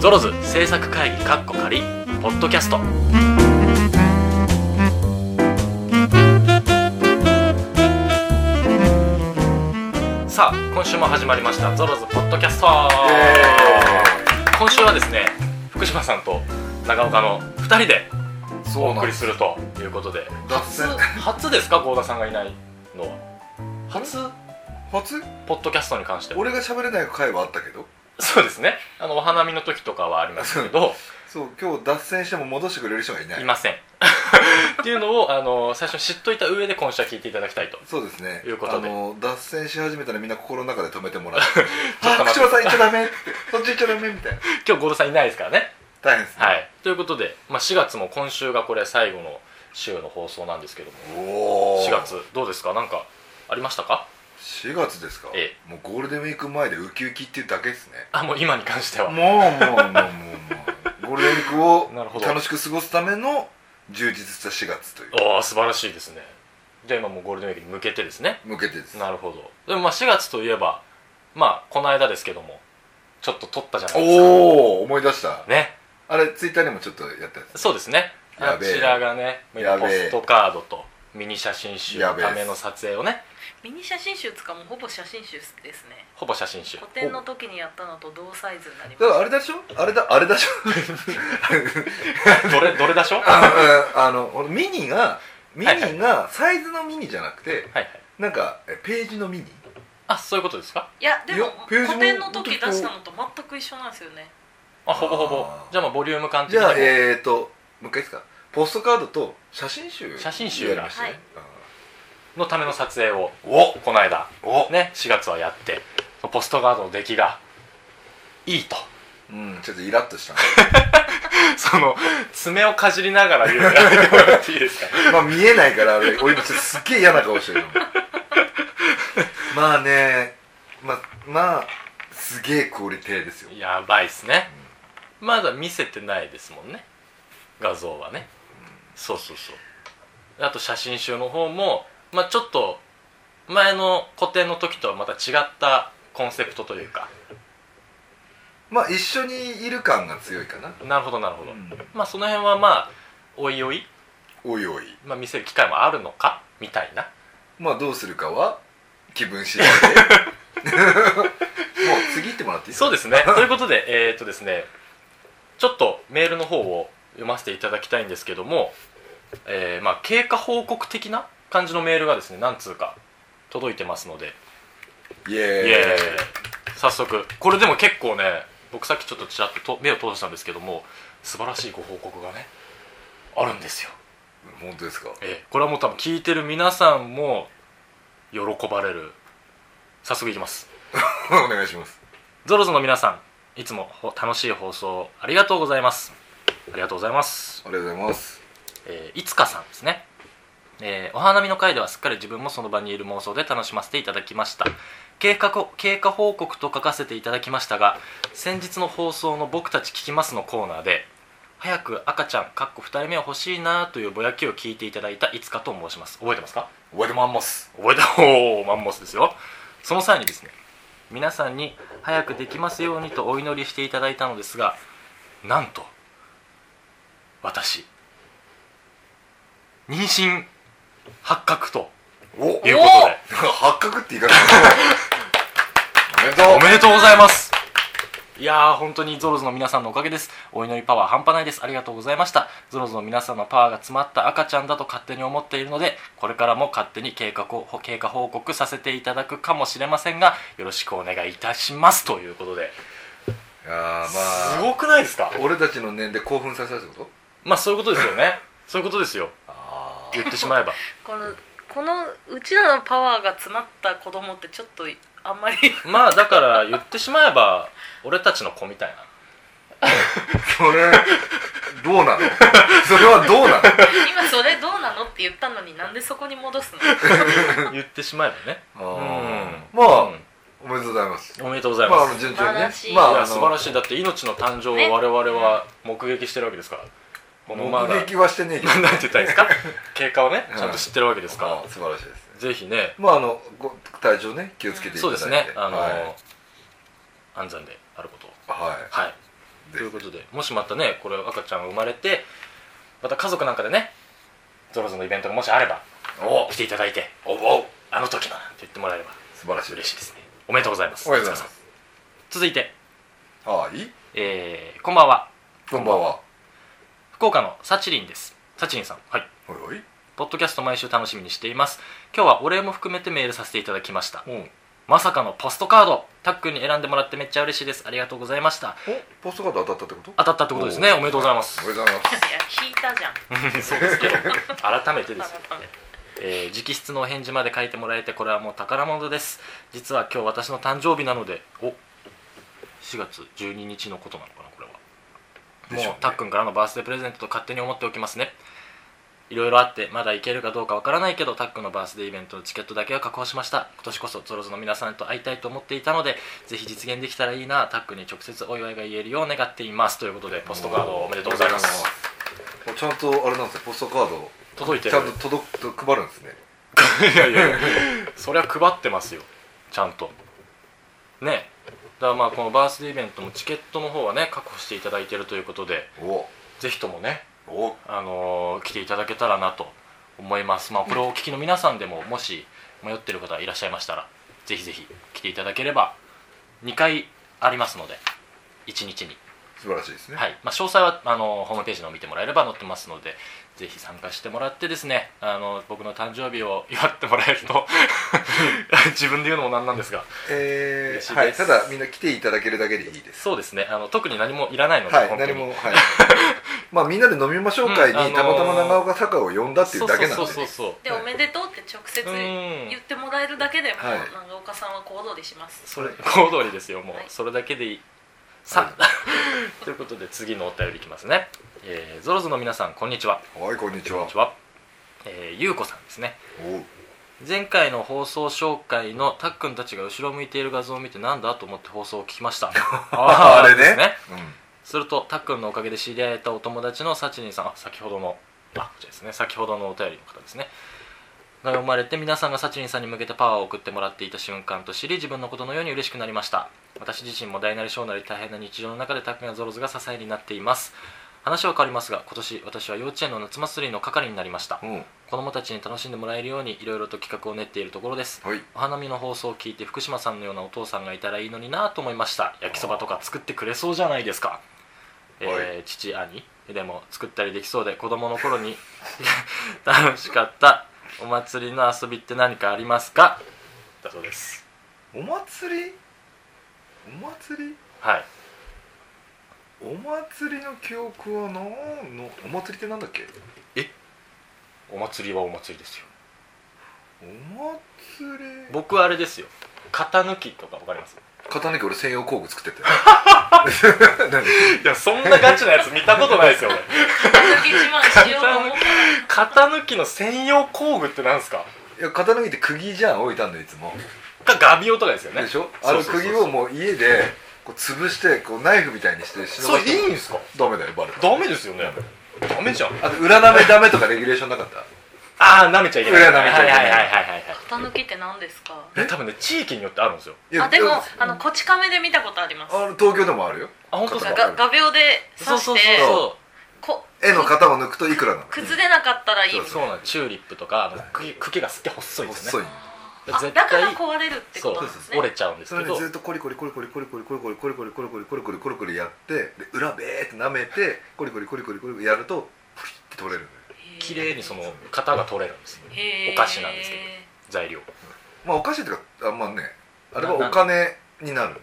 ゾロズ制作会議かっこ仮ポッドキャストさあ今週も始まりましたゾロズポッドキャスト今週はですね福島さんと長岡の2人でおそうなん送でりすするということで初脱線初ですか郷田さんがいないのは初初ポッドキャストに関しては俺が喋れない回はあったけどそうですねあのお花見の時とかはありますけどそう今日脱線しても戻してくれる人がいないいません っていうのをあの最初に知っといた上で今週は聞いていただきたいとそうですねいうことであの脱線し始めたらみんな心の中で止めて もらうょっとあ待って口調さん行っちゃダメってそっち行っちゃダメみたいな今日郷田さんいないですからね大変ですね、はいということで、まあ、4月も今週がこれ最後の週の放送なんですけどもおお4月どうですかなんかありましたか4月ですかえもうゴールデンウィーク前でウキウキっていうだけですねあもう今に関してもはうもうもうもうもう ゴールデンウィなるーほクどを楽しく過ごすための充実した4月というおお素晴らしいですねじゃあ今もうゴールデンウィークに向けてですね向けてですなるほどでもまあ4月といえばまあこの間ですけどもちょっと撮ったじゃないですおお思い出したかねあれツイッターにもちょっとやったやつそうですねやあべえちらがねやべポえストカードとミニ写真集のための撮影をねミニ写真集つかもうほぼ写真集ですねほぼ写真集個展の時にやったのと同サイズになりだかますらあれだしょあれだあれだしょ どれどれだしょはいあのあのこのミニがミはいニがサイズのミニじゃなくてはいなんかえページのミニあそういうことですかいやでいもやページも個展の時出したのと全く一緒なんですよねあほぼほぼあーじゃあまあボリューム感的じにもゃあえーともう一回いいですかポストカードと写真集写真集がやりましたねのための撮影をうんおこの間おね4月はやってポストカードの出来がいいとうんちょっとイラッとしたね その爪をかじりながら言うのやめてもらっていいですかまあ見えないから俺俺今ちょっとすっげえ嫌な顔してるの まあねまあまあすげえクオリティですよ やばいっすねまだ見せてないですもんね画像はねそうそうそうあと写真集の方も、まあ、ちょっと前の個展の時とはまた違ったコンセプトというかまあ一緒にいる感が強いかななるほどなるほど、まあその辺はまあおいおい、おいおいまあ、見せる機会もあるのかみたいなまあどうするかは気分次第でもう次行ってもらっていいそうでですねということでえーっとですねちょっとメールの方を読ませていただきたいんですけども、えーまあ、経過報告的な感じのメールがですね何通か届いてますのですイエイエーイーイ早速これでも結構ね僕さっきちょっとちらっとと目を通したんですけども素晴らしいご報告がねあるんですよ、本当ですかえーこれはもう多分聞いてる皆さんも喜ばれる早速いきますお願いしますゾロゾの皆さんいつもほ楽しい放送ありがとうございますありがとうございます、ありがとうございますえーいつかさんですね、えーお花見の会ではすっかり自分もその場にいる妄想で楽しませていただきました経過こ経過報告と書かせていただきましたが先日の放送の「僕たち聞きます」のコーナーで早く赤ちゃんかっこ2人目を欲しいなというぼやきを聞いていただいたいつかと申します覚えてますかおめでとうございます覚えたおおマンモスですよその際にですね皆さんに早くできますようにとお祈りしていただいたのですがなんと私妊娠発覚とおいうことで発覚って言い方おめでとうおめでとうございますいやー本当にゾロズの皆さんのおかげですお祈りパワー半端ないですありがとうございましたゾロズの皆さんのパワーが詰まった赤ちゃんだと勝手に思っているのでこれからも勝手に経過を経過報告させていただくかもしれませんがよろしくお願いいたしますということで、いやーますあごくないですか俺たちの年で興奮させたってことまあそういうことですよねそういうことですよあ言ってしまえばこのこのうちらのパワーが詰まった子供ってちょっとあ んまり まあだから言ってしまえば俺たちの子みたいなそれどうなのそれはどうなの今それどうなのって言ったのになんでそこに戻すの言ってしまえばねあーうんまあうんおめでとうございますおめでとうございまます、ああの順調にね素晴らしいまいあやあの素晴らしいだって命の誕生を我々は目撃してるわけですからこのまだ なん目て撃はしてねえけど言ったらいいですか経過をねうんちゃんと知ってるわけですかあ素晴らしいですねらぜひねまああのご体調ね気をつけていたそだういですねてあのはい安産であることをははいということでもしまたねこれ赤ちゃんが生まれてまた家族なんかでねゾロゾロのイベントがもしあればお来ていただいておおあの時のなんて言ってもらえれば素晴らしい嬉しいですねおめでとうございますおはようござい塚さんます続いて、はいえーこんばんはこんばんは福岡のサチリンですサチリンさんはいはいはいポッドキャスト毎週楽しみにしています今日はお礼も含めてメールさせていただきましたうんまさかのポストカードタックンに選んでもらってめっちゃ嬉しいですありがとうございましたおポストカード当たったってこと当たったってことですねおめでとうございますおめでとうございますいや引いたじゃん そうですけど改めてですよ、改めて えー直筆のお返事まで書いてもらえてこれはもう宝物です実は今日私の誕生日なのでお4月12日のことなのかなこれはでしょもううねたっくんからのバースデープレゼントと勝手に思っておきますねいろいろあってまだ行けるかどうかわからないけどたっくんのバースデーイベントのチケットだけは確保しました今年こそゾロゾロの皆さんと会いたいと思っていたのでぜひ実現できたらいいなたっくんに直接お祝いが言えるよう願っていますということでポストカードおめでとうございますおちゃんとあれなんですねポストカード届いてちるゃんと届くと配るんですねいやいやいやそりゃ配ってますよちゃんとねだからまあこのバースデーイベントもチケットの方はね確保していただいてるということでおぜひともね、おあのー来ていただけたらなと思いますまあこれをお聞きの皆さんでももし迷ってる方がいらっしゃいましたらぜひぜひ来ていただければ2回ありますので1日に素晴らしいですねはいまあ、詳細はあのホームページの方見てもらえれば載ってますのでぜひ参加してもらってですねあの僕の誕生日を 祝ってもらえると 自分で言うのもなんなんですがえ嬉しーいですはいただみんな来ていただけるだけでいいですそうですねあの特に何もいらないので、はい本当に何もはい まあみんなで飲みましょう会うんあのにーたまたま長岡坂を呼んだっていうだけなんそでうねそうそうそうで、はいおめでとうって直接うん言ってもらえるだけでも、はい長岡さんは行動でしますそれ行動りですよもう、はいそれだけでいいさあ、 ということで次のお便りいきますね、えー、ゾロゾの皆さんこんにちははいこんにちこはんにちは、えー、ゆうこさんですねお前回の放送紹介のたっくんたちが後ろ向いている画像を見てなんだと思って放送を聞きましたあ あれねですねうんするとたっくんのおかげで知り合えたお友達のサチニンさんあ先ほどのあこちらですね先ほどのお便りの方ですねが読まれて皆さんがサチニンさんに向けてパワーを送ってもらっていた瞬間と知り自分のことのように嬉しくなりました私自身も大なり小なり大変な日常の中でたっくんやゾロズが支えになっています話は変わりますが今年私は幼稚園の夏祭りの係になりましたうん子供たちに楽しんでもらえるようにいろいろと企画を練っているところですはいお花見の放送を聞いて福島さんのようなお父さんがいたらいいのになと思いました焼きそばとか作ってくれそうじゃないですか、えー父兄でも作ったりできそうで子供の頃に 楽しかったお祭りの遊びって何かありますかだそうですお祭りお祭りはいお祭りの記憶はなんのお祭りってなんだっけお祭りはお祭りですよお祭り僕はあれですよ型抜きとかわかります肩抜き俺専用工具作ってい てやそんなガチなやつ見たことないですよ俺肩抜き自慢しようと思った ら型抜きの専用工具ってなんですかいや肩抜きって釘じゃん置いたんだよいつもがガビオとかですよねでしょそあうそのうそうそう釘をもう家でこう潰してこうナイフみたいにして忍ばそせれていいんですかダメだよバレたダメですよねダメじゃんあと裏舐めダメとかレギュレーションなかったああ舐めちゃいけないそれは舐めちゃいけないはいはいはいはいはい肩抜きって何ですかえ多分ね地域によってあるんですよいやあでもああのこち亀で見たことありますの東京でもあるよあ本当です肩かがが画鋲でそう刺そうしてそうそこ絵の型を抜くといくらなの崩れなかったらいいみうたいそうなんですチューリップとかあの茎茎がすって細いんです細よいねのなあだから壊れるってそこうとなんですね折れちゃうんですそれけでどずっとコリコリコリコリコリコリコリコリコリコリコリコリコリコリコリコリやってで裏べーって舐めてコリコリコリコリコリやるとプリって取れるのよへー綺麗にその型が取れるんですよへーお菓子なんですけど材料まあお菓子っていうかあまあねあれはお金になる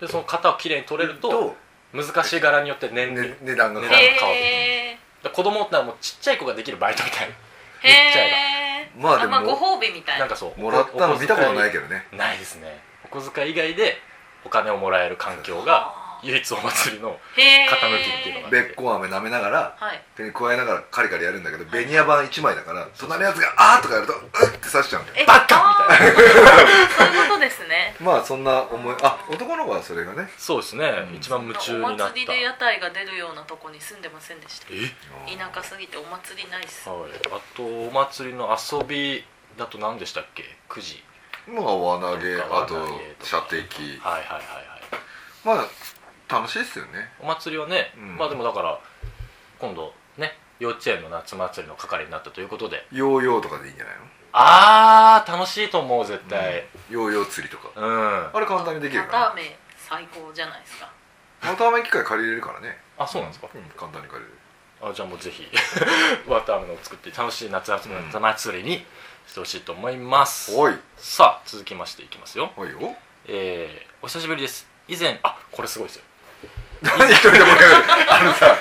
でその型を綺麗に取れると難しい柄によって年齢ね値段が変わるね顔へで子供ってのはもうちっちゃい子ができるバイトみたいーめっちゃへーまあでもまあご褒美みたないななんかそうもらったの見たことないけけどねどないですねお小遣い以外でお金をもらえる環境が唯一お祭りのへー肩抜きっていうのがべっこ飴舐めながらはい手に加えながらカリカリやるんだけどベニヤ板1枚だから隣のやつが「あー」とかやると「うっ」て刺しちゃうんだよえバカみたいなあーそういうことですねまあそんな思いあ男の子はそれがねそうですね、うん一番夢中におなった祭りで屋台が出るようなとこに住んでませんでしたえ田舎すぎてお祭りないっすはい、あとお祭りの遊びだと何でしたっけ9時まあ輪投げなんか輪あ投げととか射的はいはいはいはいまあ楽しいですよねお祭りはね、うんまあでもだから今度ね幼稚園の夏祭りの係になったということでヨーヨーとかでいいんじゃないのあー楽しいと思う絶対ヨーヨー釣りとかうん、あれ簡単にできるまかた雨最高じゃないですからまた雨機械借りれるからねあそうなんですか、うん簡単に借りれるあじゃあもうぜひ ワタムのを作って楽しい夏夏夏祭りにしてほしいと思います、おいさあ続きましていきますよおいよえー、お久しぶりです以前あこれすごいですよ何一人で盛り上がるあのさ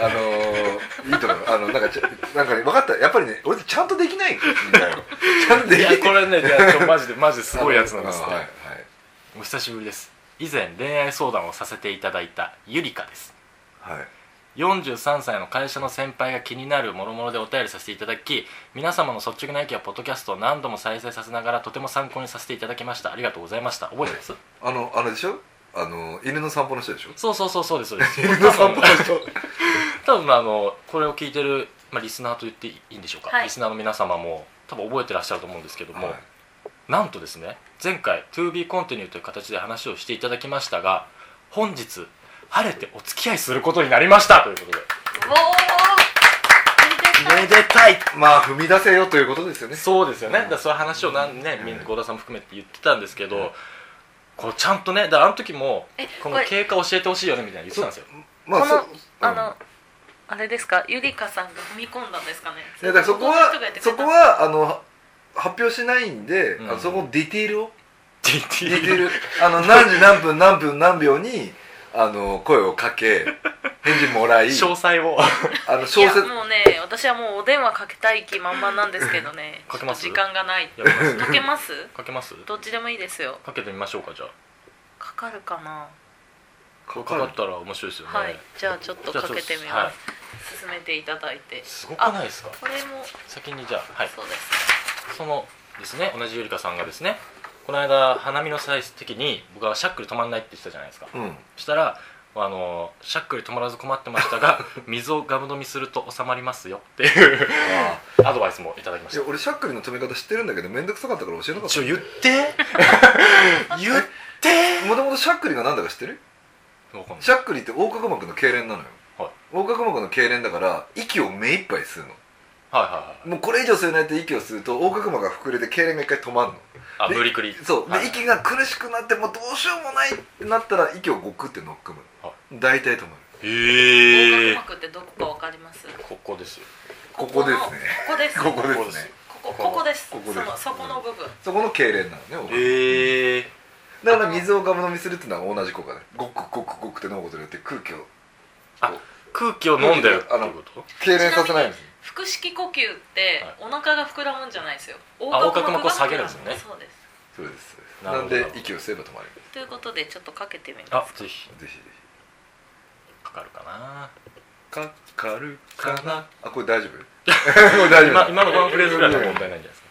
あのー、いいと思うあのなんかちょなんかね分かったやっぱりね俺ちゃんとできないんだよちゃんと でいきなやいこれねいやちょマジでマジですごいやつなんですね、あのはいはいお久しぶりです以前恋愛相談をさせていただいたゆりかですはい43歳の会社の先輩が気になる諸々でお便りさせていただき皆様の率直な意見やポッドキャストを何度も再生させながらとても参考にさせていただきましたありがとうございました覚えてますあのあれでしょあの犬の散歩の人でし ょそうそうそうそうですそうです 犬の散歩の人多分あのこれを聞いてる、まあ、リスナーと言っていいんでしょうか、はいリスナーの皆様も多分覚えてらっしゃると思うんですけども、はいなんとですね前回 TOBECONTINUE という形で話をしていただきましたが本日晴れてお付き合いすることになりましたということでうおーめでたいまあ踏み出せよということですよねそうですよね、だからそういう話をなんね、うんみんな郷田さんも含めて言ってたんですけど、うんこうちゃんとねだからあの時もえこのこれ経過教えてほしいよねみたいな言ってたんですよまあこのそあの、あれですかゆりかさんが踏み込んだんですかねいやだからそこ男のは人がやってくそれたこはあの発表しないんで、うんあのそこのディティールをディティー DTL ルあの何時何分何分何秒にあの声をかけ返事もらい詳細をあのい小や説もうね私はもうお電話かけたい気満々なんですけどね かけますちょっと時間がないやめますかけますかけますどっちでもいいですよかけてみましょうかじゃあかかるかなかかったら面白いですよね、はいじゃあちょっとじゃあかけてみちょっとはまいす進めていただいてすごくないですかこれも先にじゃあはいそうですそのですね同じゆりかさんがですねこの間花見の際的に僕はシャックル止まんないって言ってたじゃないですかうんそしたらあの「シャックル止まらず困ってました が水をガブ飲みすると収まりますよ」っていうあアドバイスもいただきまあいしやた俺しゃっくりの止め方知ってるんだけど面倒くさかったから教えなかっちょた言 って言ってもともとしゃっくりがなんだか知ってるわかんないしゃっくりって横隔膜の痙攣なのよ、はい横隔膜の痙攣だから息を目いっぱい吸うのはいはいはいもうこれ以上吸えないって息を吸うと横隔膜が膨れて痙攣が一回止まるのあで無理くりそうで、はい息が苦しくなってもうどうしようもないってなったら息をごくって乗っくむ、は大体止まるへ横え隔膜ってどこかわかりますここですよここですねここですここですねここですここここですここですそのそこの部分そこの痙攣なのね、へえだから水をガブ飲みするっていうのは同じ効果だねごくごくごくって飲むことによって空気をあ空気を飲んでるっていうこと痙攣させないんです腹式呼吸ってはいお腹が膨らむんじゃないですよあ横横隔膜をが膨ら下むげるんですよねそうですそうですそうですななるほんどで息を吸えば止まるということでちょっとかけてみまあすぜひぜひぜひかかるかなかかるかなあこれ 大丈夫これ大丈夫今今のこのフレーズぐらいの問題ないんじゃないですか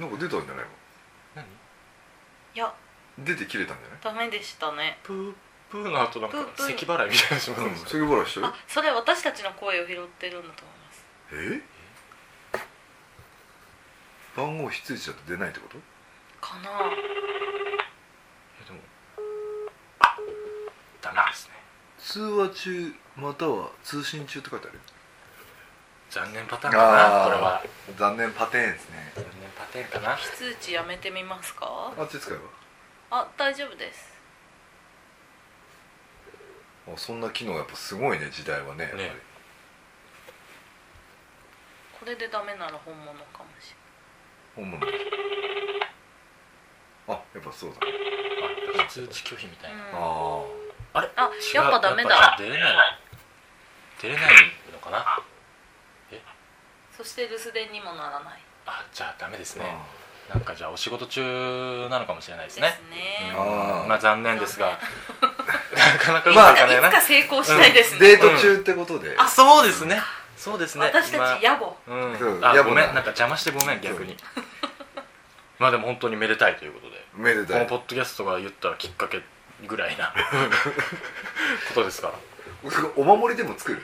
なんか出たんじゃない何いやの出て切れたんじゃダメでしたねプープーの後なんかプープー咳払いみたいなしまないせんうんでした杉原してるあそれ私たちの声を拾ってるんだと思いますえ番号非通知だと出ないってことかなあえでもあダメですね通話中または通信中って書いてある残念パターンかなあーこれは残念パテーンですね残念パターンかな非通知やめてみますかあっち使えあ大丈夫ですばあそんな機能やっぱすごいね時代はねやっぱりねこれでダメなら本物かもし本物あやっぱそうだねあ通知拒否みたれいな、、ないあうん、ああれあ違うやっぱダメやっぱだ出れない出れないのかなそして留守電にもならないあじゃあダメですーねなんかじゃあお仕事中なのかもしれないでですすねねうんあーまあ残念です がなかなかうままあくいかないいなつか成功したいですね、デート中ってことで、あそうですねそうですね私今たち野暮うんそうあ野暮なごめんなんか邪魔してごめん逆にまあでも本当にめでたいということでめでこたのいポッドキャストが言ったらきっかけぐらい なことですから お守りでも作る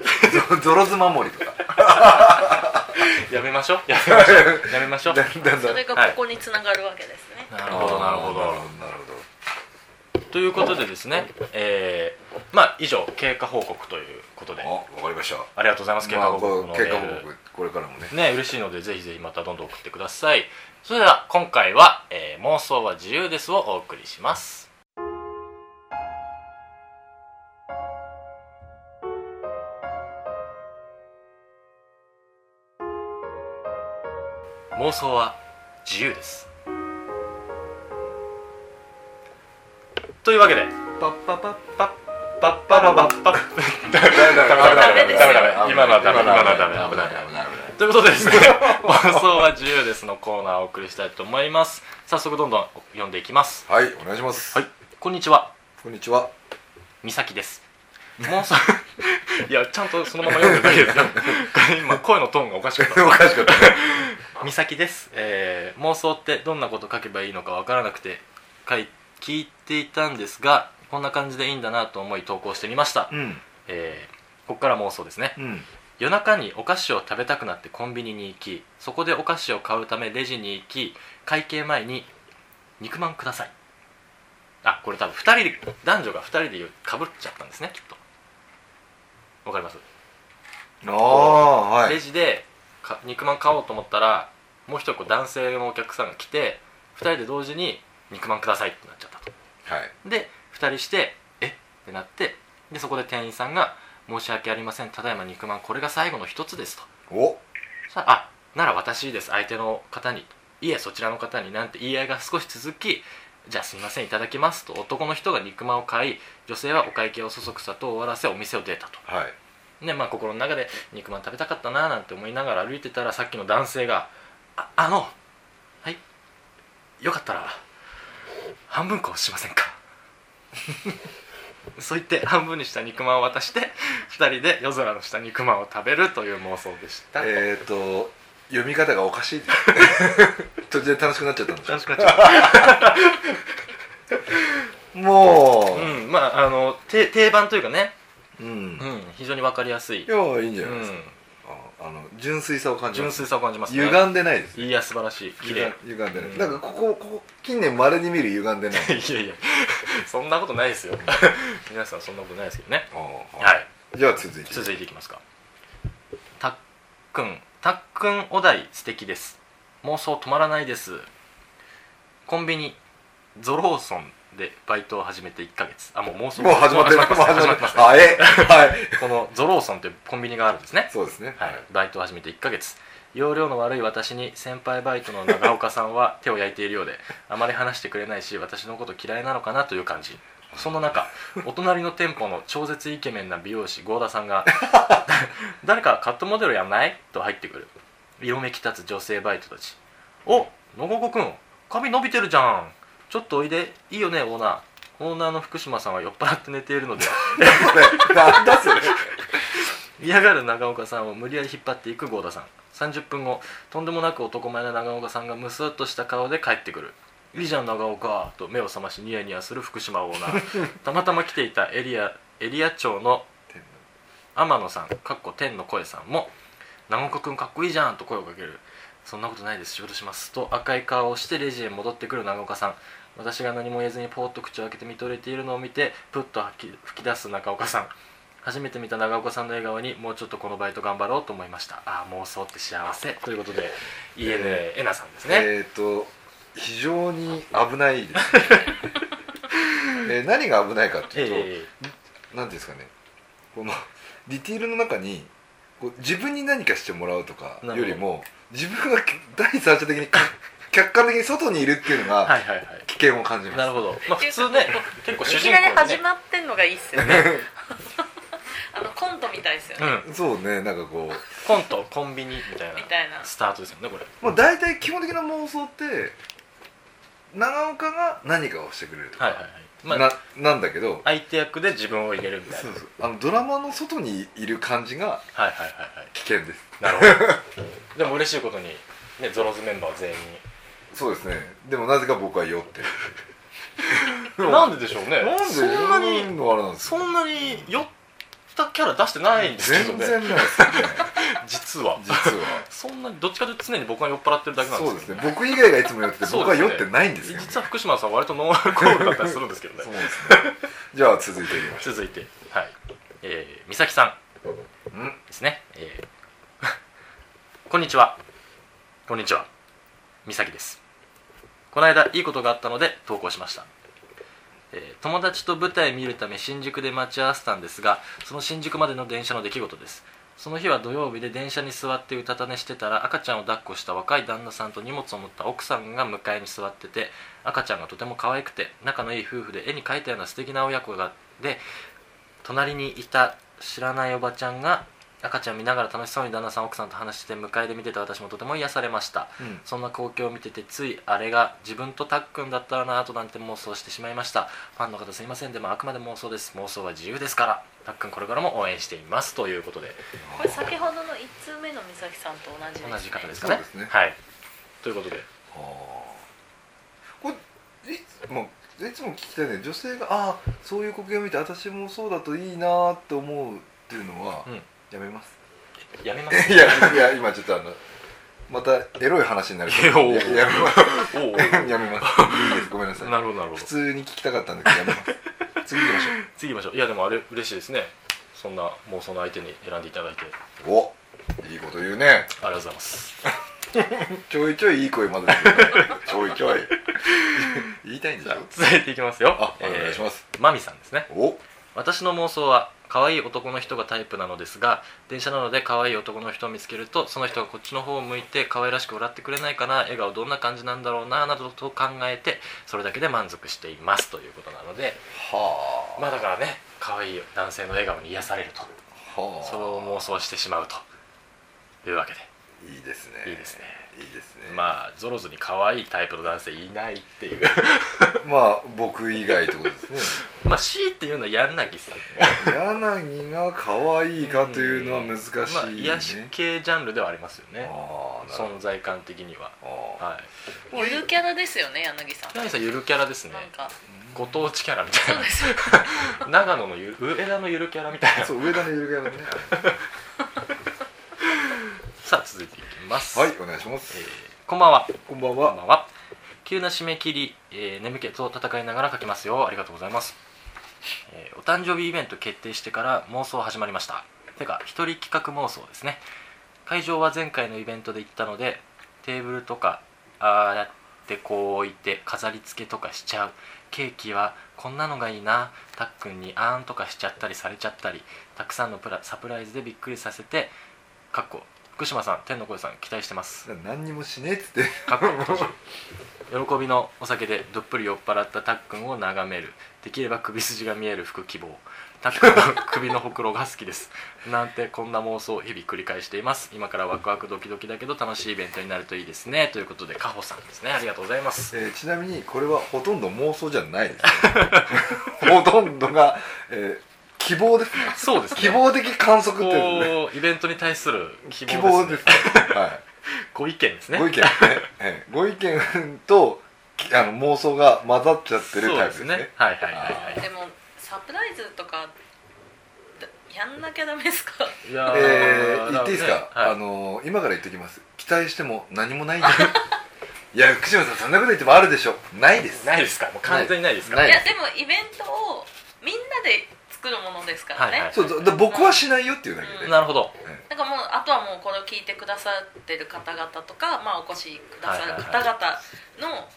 ゾゾロズ守りとかやめましょう やめましょうやめましょうだんだんそだんれがここにつながるわけですね、なるほどなるほなるどほどなるほどということでですねえー、まあ以上経過報告ということであ、わかりました。ありがとうございます経過まあ報告のメー結ル果報告、これから もね。ね嬉しいのでぜひぜひまたどんどん送ってくださいそれでは今回は、えー妄想は自由です」をお送りします妄想は自由ですというわけでパッパッパッパッパッパッパッパッダメダメダメですよ今のはダメ今のはダメ危ない危ないということでですね妄想は自由ですのコーナーをお送りしたいと思います早速どんどん読んでいきますはい、お願いします。はいこんにちはこんにちは。 みさきです妄想いやちゃんとそのまま読んでないけど今声のトーンがおかしかっお たかしかったね。みさきです、えー妄想ってどんなこと書けばいいのかわからなくて書い聞いていたんですがこんな感じでいいんだなと思い投稿してみました、うん、えーここから妄想ですねうん、夜中にお菓子を食べたくなってコンビニに行きそこでお菓子を買うためレジに行き会計前に「肉まんください」あこれ多分二人で男女が2人で言うかぶっちゃったんですねきっとわかります、ああ、はレい。ジでか肉まん買おうと思ったらもう一人こう男性のお客さんが来て2人で同時に「肉まんください」ってなっちゃったとはい。で2人して「えっ?」てなってでそこで店員さんが「申し訳ありませんただいま肉まんこれが最後の一つです」とお、さああなら私です相手の方にいえそちらの方になんて言い合いが少し続きじゃあすいませんいただきますと男の人が肉まんを買い女性はお会計をそそくさと終わらせお店を出たとはい。ねまあ心の中で肉まん食べたかったななんて思いながら歩いてたらさっきの男性が「ああのはいよかったら半分こしませんか? 」そう言って半分にした肉まんを渡して2人で夜空の下肉まんを食べるという妄想でした、えっと、読み方がおかしい。 途中で楽しくなっちゃったんです楽しくなっちゃったもうんまああのて定番というかね、う、うんう。ん、非常に分かりやすい、いや、いいんじゃうないですん、か。あの、純粋さを感じま純す。粋さを感じますね歪んでないです。いや素晴らしい綺麗歪んでない。うんなんか、ここ、ここ、近年稀に見る歪んでない。い やいやそんなことないですよ 皆さんそんなことないですけどねあーは。いじゃあ、続いて。続いていきますかたっくんたっくんお題素敵です妄想止まらないですコンビニゾローソンでバイトを始めて1ヶ月あもう妄想もう始まってる。もうもう始始ままっっててま。ますすあ、え、はい。このゾローソンってコンビニがあるんですねそうですね。はい、バイトを始めて1ヶ月容量の悪い私に先輩バイトの長岡さんは 手を焼いているようであまり話してくれないし私のこと嫌いなのかなという感じその中お隣の店舗の超絶イケメンな美容師郷田さんが 「誰かカットモデルやんない?」と入ってくる色めき立つ女性バイトたち「お野々子くん髪伸びてるじゃんちょっとおいでいいよねオーナー」オーナーの福島さんは酔っ払って寝ているのでそれなんだそれ。嫌がる長岡さんを無理やり引っ張っていく郷田さん30分後とんでもなく男前な長岡さんがむすっとした顔で帰ってくる「いいじゃん長岡」と目を覚ましニヤニヤする福島オーナーたまたま来ていたエリアエリア長の天野さんかっこ天の声さんも「長岡くんかっこいいじゃん」と声をかける「そんなことないです仕事します」と赤い顔をしてレジへ戻ってくる長岡さん私が何も言えずにポーッと口を開けて見とれているのを見てプッと吐き吹き出す長岡さん初めて見た長岡さんの笑顔にもうちょっとこのバイト頑張ろうと思いましたああ妄想って幸せということで ENA えなさんですね、えっと非常に危ないで すね。えー何が危ないかってえいうえと、なんていうんですかね。このディティールの中に。こう自分に何かしてもらうとかよりも自分が第三者的にか客観的に外にいるっていうのはがいはいはい危険を感じます、なるほどまあ普通ね結構主い人公きなでりね始まってんのがいいっすよ ねあのコントみたいですようね、んそうねなんかこうコントコンビニみたいなみたいなスタートですよねこれ もう大体基本的な妄想って長岡が何かをしてくれるとか、はいはいはい、まあ、ななんだけど相手役で自分を入れるみたいそなうそうあのドラマの外にいる感じがはいはいはいはい危険ですなるほどでも嬉しいことにねゾロズメンバー全員そうですねでもなぜか僕は酔ってるなんででしょうねなんでそんなにのあれなんですそかんなに酔ったキャラ出してないんですけど全ね然ないですよね実は実はそんなにどっちかというと常に僕が酔っ払って るだけなんでそうすですけどね僕以外がいつも酔っててそう僕ではすね酔ってないんですよね実は福島さんは割とノンアルコールだったりするんですけどねそうですねじゃあ続いていきましょ続いてはいえー、美咲さんううんですね、えー こんにちはこんにちは美咲ですこの間いいことがあったので投稿しました、えー友達と舞台見るため新宿で待ち合わせたんですがその新宿までの電車の出来事ですその日は土曜日で電車に座ってうたた寝してたら赤ちゃんを抱っこした若い旦那さんと荷物を持った奥さんが迎えに座ってて赤ちゃんがとても可愛くて仲のいい夫婦で絵に描いたような素敵な親子がで隣にいた知らないおばちゃんが赤ちゃん見ながら楽しそうに旦那さん奥さんと話して迎えで見てた私もとても癒されましたうんそんな光景を見ててついあれが自分とたっくんだったらなぁとなんて妄想してしまいましたファンの方すいませんでもあくまで妄想です妄想は自由ですからたっくんこれからも応援していますということでこれ先ほどの1通目の美咲さんと同じです、ね、同じ方ですかねそうですねはいということであーこれいつもいつも聞きたいね女性がああそういう光景を見て私もそうだといいなーって思うっていうのは、うんやめますやめます いやいや今ちょっとあのまたエ ロい話になると思うんでいややおおめますやめますいいですごめんなさ いなるほどなるほど普通に聞きたかったんだけどやめます次行きまし次行きましょういやでもあれ嬉しいですねそんな妄想の相手に選んでいただいてあょう おいいこと言うねりがとうございますちょいちょいいい声まで出てる ちょいちょい 言いたいんでしじゃあょ続いていきますよあ、お願いしますえーマミさんですねお私の妄想は可愛い男の人がタイプなのですが電車なので可愛い男の人を見つけるとその人がこっちの方を向いて可愛らしく笑ってくれないかな笑顔どんな感じなんだろうななどと考えてそれだけで満足していますということなのではあ、まあだからね可愛い男性の笑顔に癒されるとはあそれを妄想してしまうというわけいいですねでいいですねいいですねまあ、まあゾロズに可愛いタイプの男性いないっていう 僕以外ってことですまあ C っていうのは柳さんね柳が可愛いかというのは難しいね、まあ、癒し系ジャンルではありますよねああなるほ存在感的にはどあはいあゆるキャラですよね柳さん柳さんゆるキャラですねなんかご当地キャラみたそいうですな長野のゆ上田のゆるキャラみたいなそう上田のゆるキャラねさあ続いていきますはいお願いしますえーこんばんはこんばんこんはばんは急な締め切り、えー眠気と戦いながら書きますよありがとうございます、えーお誕生日イベント決定してから妄想始まりましたてか一人企画妄想ですね会場は前回のイベントで行ったのでテーブルとかああやってこう置いて飾り付けとかしちゃうケーキはこんなのがいいなたっくんにあーんとかしちゃったりされちゃったりたくさんのプラサプライズでびっくりさせてかっこ福島さん天の声さん期待してます何にもしねえっつって 過去の年喜びのお酒でどっぷり酔っ払ったたっくんを眺めるできれば首筋が見える服希望たっくんの首のほくろが好きですなんてこんな妄想を日々繰り返しています今からワクワクドキドキだけど楽しいイベントになるといいですねということでかほさんですねありがとうございますえーちなみにこれはほとんど妄想じゃない です、ね、ほとんどが、えー希望ですねそうですね希望的観測っていうのねこうイベントに対する希希望望です,、ねですねはいご意見ですねご意見ね、ええご意見ときあの妄想が混ざっちゃってるタイプですねそうはいはいはいはでもサプライズとかだやんなきゃダメですかいいやーえだー言っていいですか、ねはいあのー今から言っておきます期待しても何もないんだ いや福島さんそんなこと言ってもあるでしょないですないですかもう完全にないですかないいやでもイベントをみんなで作るものですからね、はいはいそうそうだ僕はしないよっていうだけで、なるほどなんかもうあとはもうこれを聞いてくださってる方々とか、まあ、お越しくださる方々の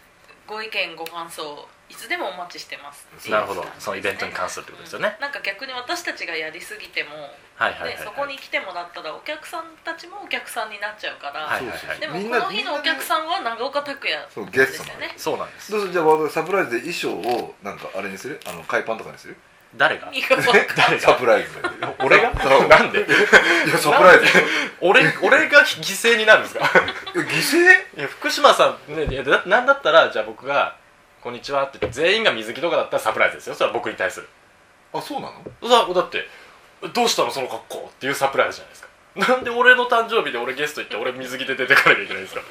ご意見ご感想をいつでもお待ちしてますっていうなるほど感じですねそのイベントに関するってことですよねうんなんか逆に私たちがやりすぎても、はいはいはい、はでい、そこに来てもらったらお客さんたちもお客さんになっちゃうから、はいそうはいはいでもみんこなの日のお客さんは長岡拓也そうゲでストすよなのねそうなんですどうするじゃあ我々サプライズで衣装をなんかあれにするあの海パンとかにする誰がいいか分かんない誰サが プライズで俺がそうなんでいやサプライズ俺俺が犠牲になるんですか いや犠牲いや福島さんねいやだなんだったらじゃあ僕が「こんにちは」って言って全員が水着とかだったらサプライズですよそれは僕に対するあそうなのだだって「どうしたのその格好」っていうサプライズじゃないですか なんで俺の誕生日で俺ゲスト行って俺水着で出てかなきゃいけないん ですか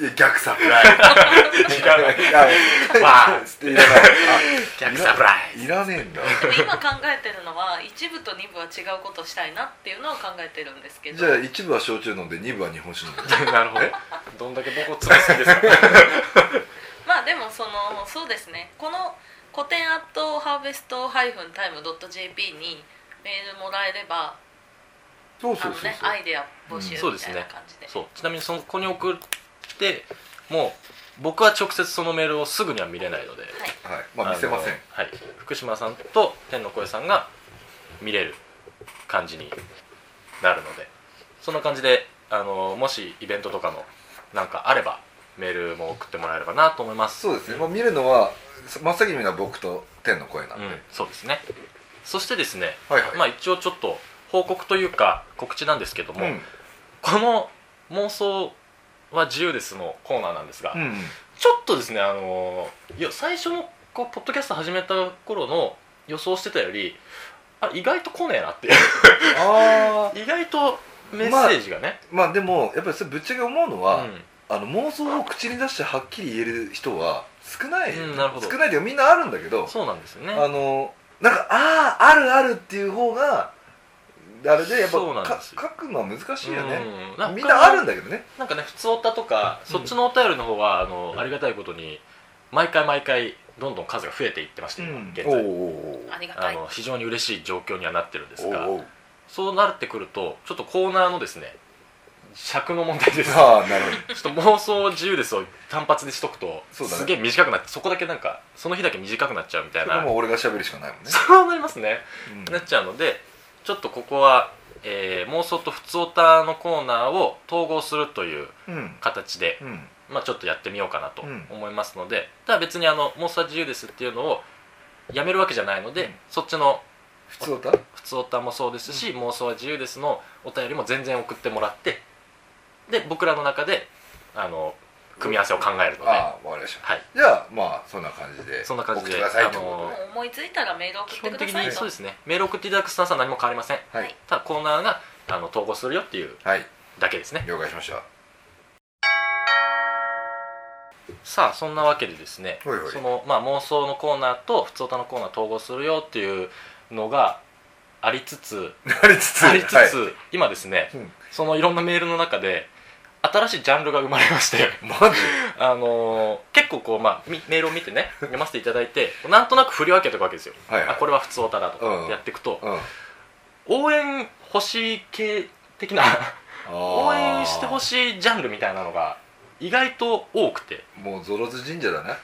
いや逆サプライ違うわズ わあ捨ていらない逆サプライいらねえんだでも今考えてるのは一部と二部は違うことしたいなっていうのを考えてるんですけどじゃあ一部は焼酎飲んで二部は日本酒飲んでズ なるほどどんだけ僕を潰すんですかまあでもそのそうですねこの古典アットハーベストハイフンタイムドット JP にメールもらえればそうあそうのそうねアイデア募うん集そうみですたねいな感じで,、そうちなみにそこに送ってもう僕は直接そのメールをすぐには見れないのではいそうはいまあ見せませんあのはい福島さんと天の声さんが見れる感じになるのでその感じであのもしイベントとかのなんかあればメールも送ってもらえればなと思いますそうですね、まあ、見るのは真っ先に見るのは僕と天の声なんうで、ん、そうですねそしてですね、はいはい、まあ、一応ちょっと報告というか告知なんですけども、うんこの「妄想は自由です」のコーナーなんですが、うんちょっとですねあのいや最初のこうポッドキャスト始めた頃の予想してたよりあれ意外と来ねえなって いうああ意外とメッセージがね、まあでもやっぱりそれぶっちゃけ思うのうは、んあの妄想を口に出してはっきり言える人は少ない、うんなるほど少ないでみんなあるんだけどそうなんですよねあのなんかあああるあるっていう方があれでやっぱそうなんですよか書くのは難しいよね、うんみんなあるんだけどねなんかね普通おたとかそっちのお便りの方は、あのありがたいことに毎回毎回どんどん数が増えていってまして、今現おう在おうおうありがたあいの非常に嬉しい状況にはなってるんですがおうおうそうなってくるとちょっとコーナーのですね尺の問題ですちょああなるほどっと妄想自由ですを単発でしとくと、そうだねすげえ短くなってそこだけなんかその日だけ短くなっちゃうみたいそれはなもう俺が喋るしかないもんね、そうなりますねうんなっちゃうのでちょっとここは、えー妄想と普通オタのコーナーを統合するという うん形でうんまあ、ちょっとやってみようかなとうん思いますので、ただ別にあの「モンスター自由です」っていうのをやめるわけじゃないので、うんそっちの普通歌「ふつおた」もそうですし「妄想は自由です」のお便りも全然送ってもらってで僕らの中であの組み合わせを考えるので、ああわかりました、はいじゃあまあそんな感じでそんな感じで送ってくださいということあのでもう思いついたらメール送基って本くだ的さいにとそうですねメール送っていただくスタンスは何も変わりませんははいい、ただコーナーがあの統合するよっていうはいだけですね了解しましたさあそんなわけでですねはいはいその、まあ、妄想のコーナーと「ふつおた」のコーナー統合するよっていうのがありつつなりつつありつつ、はい今ですねうんそのいろんなメールの中で新しいジャンルが生まれましてマ あのー結構こう、まあ、みメールを見てね読ませていただいてなんとなく振り分けていくわけですよ、はいはいあこれは普通オタだとうんかやっていくと、ジ、うん、応援欲しい系的な応援してほししいジャンルみたいなのが意外と多くていもうゾロズ神社 だね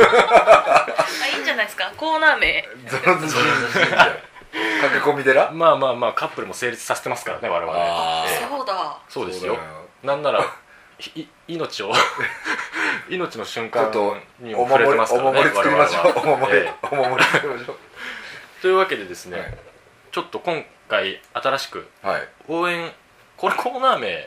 あいいんじゃないですかコーナー名ゾロズ神社 駆け込み寺まあまあまあカップルも成立させてますからね我々あーそうだそうですよだよなんなら いい命を命の瞬ちょ間っとにおも触れ守りてますかおらね守り作りましょう我お々は守りええお守り作りましょというわけでですうね、ちょっと今回新しくはいはい応援これコーナー名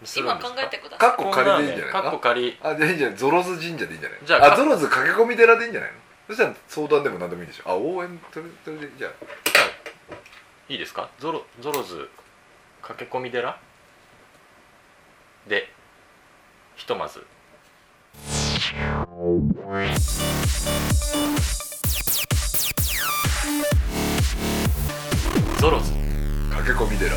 にするん今で考すかえてくださカいッコ仮でいいんじゃないコーナー名かっこか仮あじゃあいいんじゃないゾロズ神社でいいんじゃないじゃああゾロズ駆け込み寺でいいんじゃないのそしたら相談でも何でもいいでしょあ応援それそれでじゃあいいですかゾロゾロズ駆け込み寺でひとまずゾロズ駆け込み寺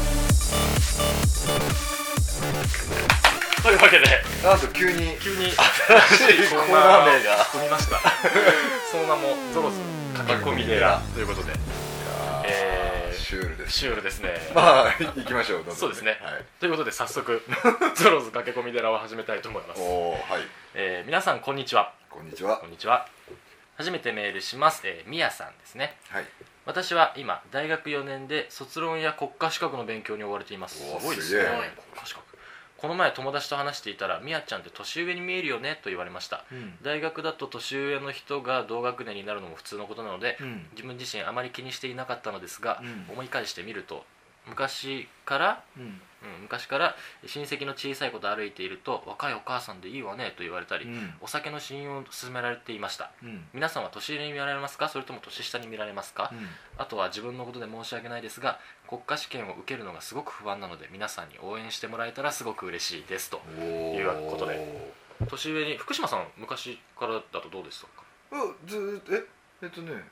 というわけでなんと急に急に新しいコーナー名が組みました その名もゾロズ駆け込み寺 ということでえーシュールですシュールですねまあ行きましょうどぞそうですねはいということで早速 ゾロズ駆け込み寺を始めたいと思いますおおはいえー皆さんこんにちはこんにちはこんにちは初めてメールしますえーみや、さんですねはい私は今大学4年で卒論や国家資格の勉強に追われていますおーすごいですすげねえ国家資格この前友達と話していたら「みやちゃんって年上に見えるよね」と言われましたうん大学だと年上の人が同学年になるのも普通のことなので自分自身あまり気にしていなかったのですが、うん思い返してみると昔から、うんうん、昔から親戚の小さい子と歩いていると若いお母さんでいいわねと言われたり、うんお酒の試飲を勧められていましたうん皆さんは年上に見られますかそれとも年下に見られますか、あとは自分のことで申し訳ないですが国家試験を受けるのがすごく不安なので皆さんに応援してもらえたらすごく嬉しいですとおーいうことで年上に福島さん昔からだとどうでしたかうんずーっとええっとね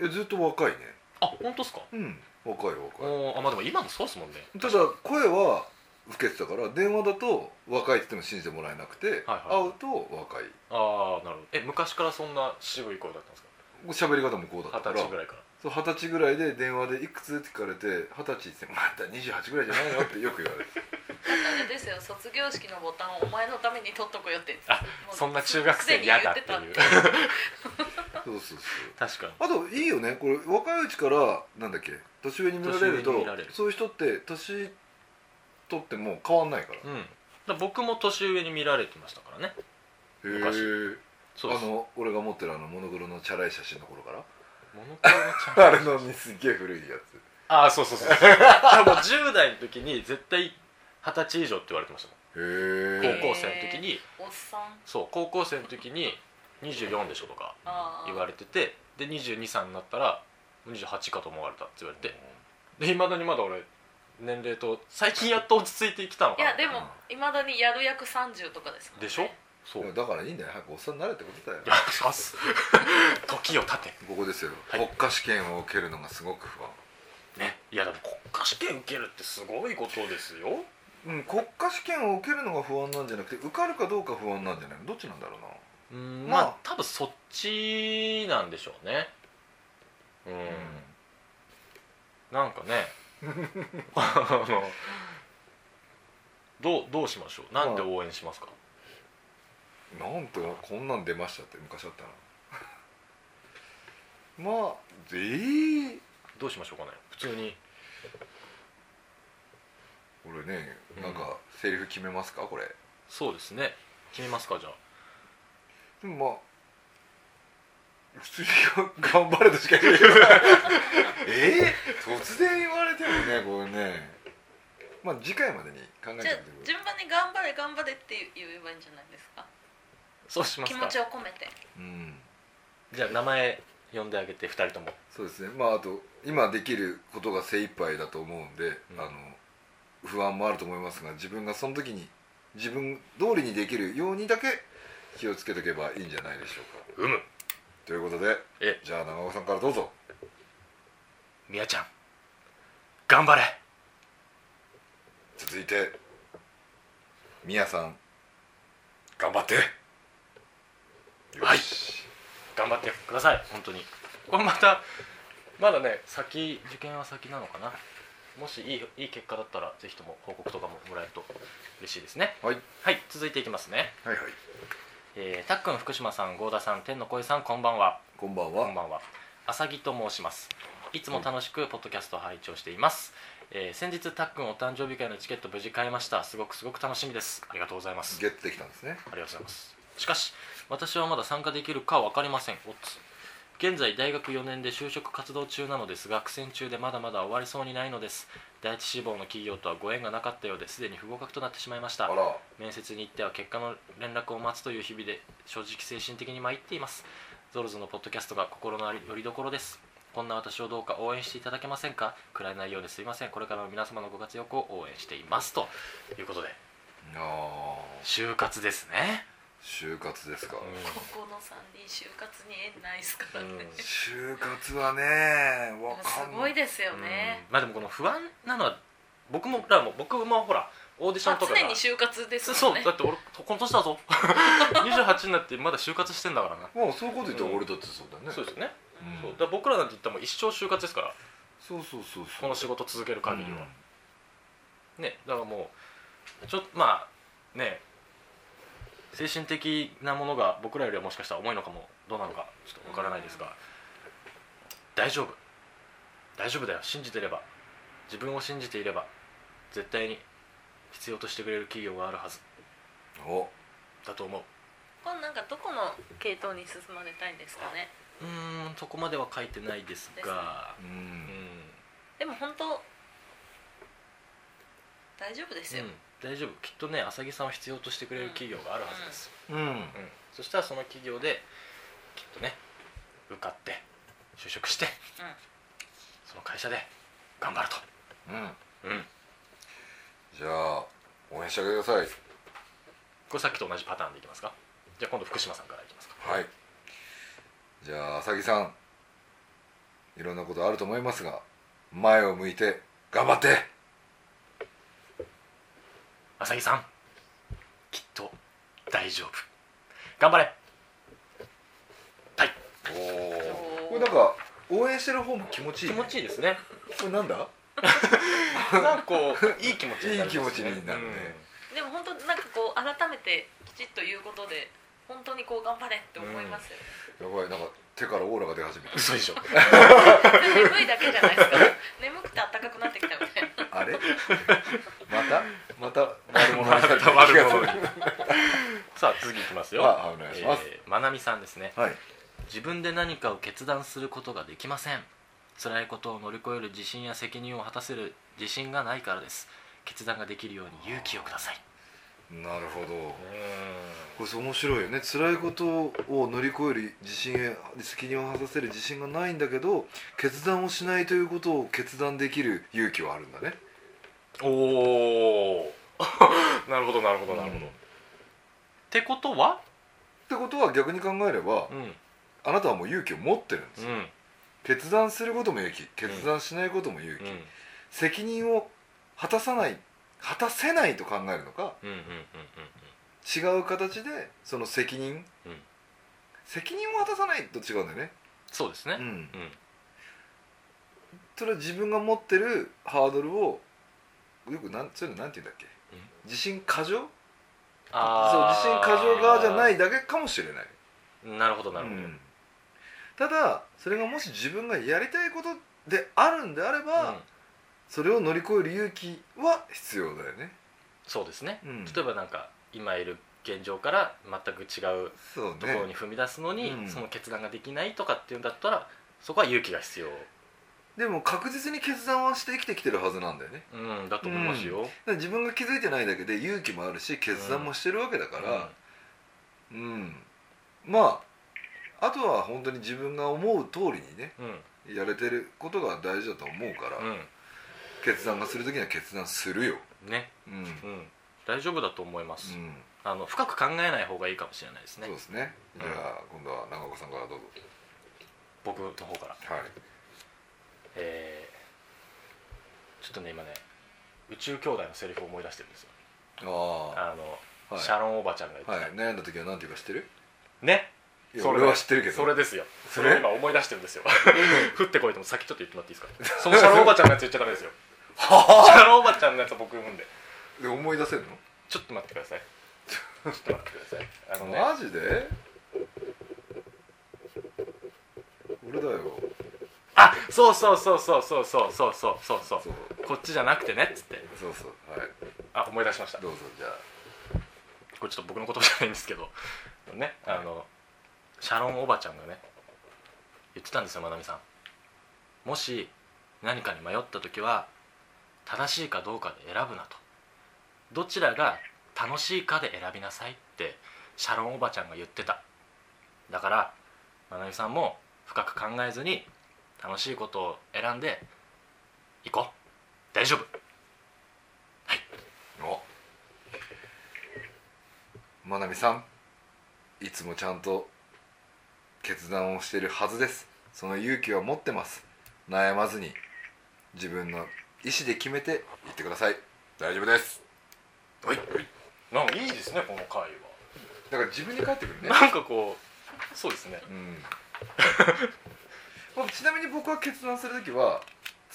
えずっと若いねあ本当ですかうん若い若いおーあまあでも今のそうですもんねただ声は老けてたから電話だと若いって言っても信じてもらえなくて、はいは会うと若いああなるほどえ昔からそんな渋い声だったんですか喋り方もこうだったか二十ら歳ぐらいからそう二十歳ぐらいで電話で「いくつ?」って聞かれて二十歳って言って「また28ぐらいじゃないの?」ってよく言われてあれですよ卒業式のボタンをお前のために取っとくよってあもうそんな中学生嫌だっていう そうそうそう確かにあといいよねこれ若いうちからなんだっけ年上に見られる年上とに見られるそういう人って年取っても変わんないからうんだから僕も年上に見られてましたからね昔へえそうであすの俺が持ってるあのモノクロのチャラい写真の 頃からモノクロのチャンネルあれのにすっげえ古いやつああそうそうそうそうでも10代の時に絶対二十歳以上って言われてましたもんへえ高校生の時におっさんそう高校生の時に24でしょとかあ言われれててで22歳になったら28かと思われたって言われてでいまだにまだ俺年齢と最近やっと落ち着いてきたのいかなやでもいまだにやる役30とかですもんねでしょそうだからいいんだよ早くおっさんになれってことだよいやさす時を経てここですよ、はい国家試験を受けるのがすごく不安ねいやでも国家試験受けるってすごいことですようん、国家試験を受けるのが不安なんじゃなくて受かるかどうか不安なんじゃないのどっちなんだろうなうんままああ多分そっちなんでしょうねうん、なんかねあの どうどうしましょうなんで応援しますか、なんとこんなん出ましたって昔 あったなまあええどうしましょうかね普通に俺ねうんなんかセリフ決めますかこれそうですね決めますかじゃあでもまあ普通にが頑張れとしか言えないええ突然言われてもねこれねまあ次回までに考えてみじてゃあく順番に頑張れ頑張れって言えばいいんじゃないですかそうしま気す持かちを込めてうんじゃあ名前呼んであげて2人ともそうですねまああと今できることが精一杯だと思うんで、うんあの不安もあると思いますが自分がその時に自分通りにできるようにだけ気をつけとけばいいんじゃないでしょうかうむということでえじゃあ長尾さんからどうぞみやちゃん頑張れ続いてみやさん頑張ってはいよし頑張ってください本当にこれまたまだね先受験は先なのかなもしいいいい結果だったらぜひとも報告とかももらえると嬉しいですねはい、はい続いていきますね、はいはいえー、たっくん福島さん郷田さん天の声さんこんばんはこんばんはこんばんは浅木と申しますいつも楽しくポッドキャストを拝聴しています、えー先日たっくんお誕生日会のチケット無事買いましたすごくすごく楽しみですありがとうございますゲットできたんですねありがとうございますしかし私はまだ参加できるか分かりませんおっつ現在大学4年で就職活動中なのですが苦戦中でまだまだ終わりそうにないのです第一志望の企業とはご縁がなかったようですでに不合格となってしまいましあたら面接に行っては結果の連絡を待つという日々で正直精神的に参っていますゾロズのポッドキャストが心のよりどころですこんな私をどうか応援していただけませんかくらえないようですいませんこれからの皆様のご活躍を応援していますということであー就活ですね、就活ですか、うんここの3人就活に縁ないですからね、うん就活はねわでもかすんごないいですよね、うんまあでもこの不安なのは僕もらも僕もほらオーディションとかが常に就活ですそもんうねだって俺この年だ ぞ28になってまだ就活してんだからな、まあそういうこと言ったら俺だってそうだね、そうですよね、うそんうだから僕らなんて言ったらもう一生就活ですからそうそうそうそうこの仕事続ける限りは、ねだからもうちょっとまあね精神的なものが僕らよりはもしかしたら重いのかもどうなのかちょっとわからないですが、大丈夫大丈夫だよ信じてれば自分を信じていれば絶対に必要としてくれる企業があるはずうんおだと思うこれなんかどこの系統に進まれたいんですかねうーんそこまでは書いてないですがううんんでも本当大丈夫ですうよ、ん、大丈夫きっとね浅木さんを必要としてくれる企業があるはずです、うんうんそしたらその企業できっとね受かって就職してうんその会社で頑張るとうんうんじゃあ応援してあげてくださいこれさっきと同じパターンでいきますかじゃあ今度福島さんからいきますかはいじゃあ浅木さんいろんなことあると思いますが前を向いて頑張って浅木さんきっと大丈夫頑張れはいおおーこれなんか応援してる方も気持ちいい、気持ちいいですねこれなんだ なんかこういい気持ちになりますねいい気持ちになるねでも本当なんかこう改めてきちっと言うことで本当にこう頑張れって思いますよ、やばいなんか手からオーラが出始めうん嘘でしょでも眠いだけじゃないですか眠くて暖かくなってきたみたいなたあ れまたまた悪者まにされたた悪者にさあ次いきますよ あお願いしますえーまなみさんですねはい自分で何かを決断することができません辛いことを乗り越える自信や責任を果たせる自信がないからです決断ができるように勇気をくださいなるほどうこれそう面白いよね辛いことを乗り越える自信へ責任を果たせる自信がないんだけど決断をしないということを決断できる勇気はあるんだねおお なるほどなるほどなるほど、うんってことはってことは逆に考えればうんあなたはもう勇気を持ってるんですうよ、ん決断することも勇気決断しないことも勇気、うん責任を果たさない果たせないと考えるのかうんうんうんうん違う形でその責任、うん責任を果たさないと違うんだよね、そうですうねん、うんそれは自分が持ってるハードルをよくなんそういうのなんて言うんだっけうん自信過剰そうあー自信過剰側じゃないだけかもしれないなるほどなるほど、うんただそれがもし自分がやりたいことであるんであれば、うんそれを乗り越える勇気は必要だよね、そうですね、うん例えばなんか今いる現状から全く違うそうところねに踏み出すのに、うんその決断ができないとかっていうんだったらそこは勇気が必要、でも確実に決断はして生きてきてるはずなんだよねうん、だと思いますよ、だから自分が気づいてないだけで勇気もあるし決断もしてるわけだうかん、ら、うん、まああとは本当に自分が思う通りにねうんやれてることが大事だと思うから、決断がする時には決断するよ、うんね、うんうんうん、大丈夫だと思います、あの深く考えない方がいいかもしれないですそねうですねうんじゃあ今度は長岡さんからどうぞ僕の方からはいえーちょっとね今ね宇宙兄弟のセリフを思い出してるんですよああの、あはシャロンおばちゃんが言ってい、はい、悩んだ時は何て言うか知ってるたねいやそれ俺は知ってるけどそれですよそそれれを今思い出してるん ですよ降ってこいとも先ちょっと言ってもらっていいですかそのシャロンおばちゃんのやつ言っちゃダメですよシャロンおばちゃんのやつは僕読むんでで思い出せるちょっと待ってくださいちょっと待ってくださいあののねマジで俺だよあそうそうそうそうそうそうそうそうそうそうそうこっちじゃなくてねっつってそうそうはいあ思い出しましたこどうぞじゃあれちょっと僕のことじゃないんですけどねあのシャロンおばちゃんがね言ってたんですよまなみさんもし何かに迷った時は正しいかどうかで選ぶなとどちらが楽しいかで選びなさいってシャロンおばちゃんが言ってただからまなみさんも深く考えずに楽しいことを選んで行こう大丈夫おまなみさんいつもちゃんと決断をしているはずですその勇気は持ってます悩まずに自分の意思で決めて言ってください大丈夫ですはいなんかいいですねこの会はだから自分に返ってくるね、なんかこうそうですねうん、 まあちなみに僕は決断する時は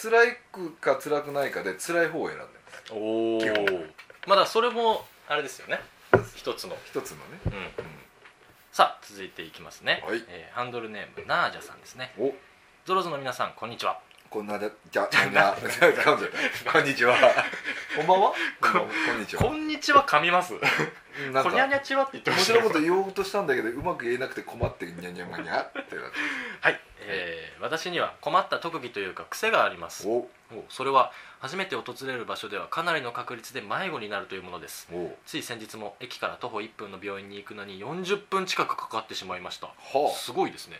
辛いくか辛くないかで辛い方を選んでますおお基本まだそれもあれですよね一つの、一つのねうん、さあ続いていきますね、はいえーハンドルネームナージャさんですねおゾロゾの皆さんこんにちはこんなだじゃこん なこんにちはこんばんはこんばんはこんにちはこんにちは噛みますうんなんこかにゃにゃちはって言ってま面した白いことはい、言おうとしたんだけどうまく言えなくて困ってニャニャマニャってなってえー私には困った特技というか癖がありますおおそれは初めて訪れる場所ではかなりの確率で迷子になるというものですおうつい先日も駅から徒歩1分の病院に行くのに40分近くかかってしまいましたはすごいですね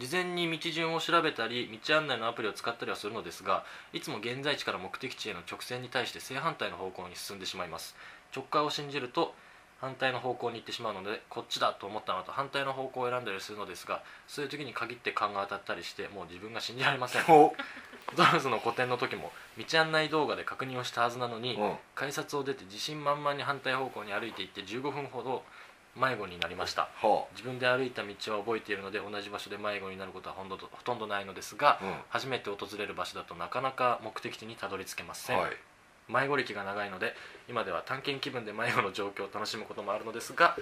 事前に道順を調べたり道案内のアプリを使ったりはするのですがいつも現在地から目的地への直線に対して正反対の方向に進んでしまいます直感を信じると反対の方向に行ってしまうのでこっちだと思ったのと反対の方向を選んだりするのですがそういう時に限って勘が当たったりしてもう自分が信じられませんあおドラムズの個展の時も道案内動画で確認をしたはずなのに、うん改札を出て自信満々に反対方向に歩いていって15分ほど迷子になりましたは自分で歩いた道は覚えているので同じ場所で迷子になることはほんどほとんどないのですが、あうん初めて訪れる場所だとなかなか目的地にたどり着けません、はい迷子歴が長いので今では探検気分で迷子の状況を楽しむこともあるのですが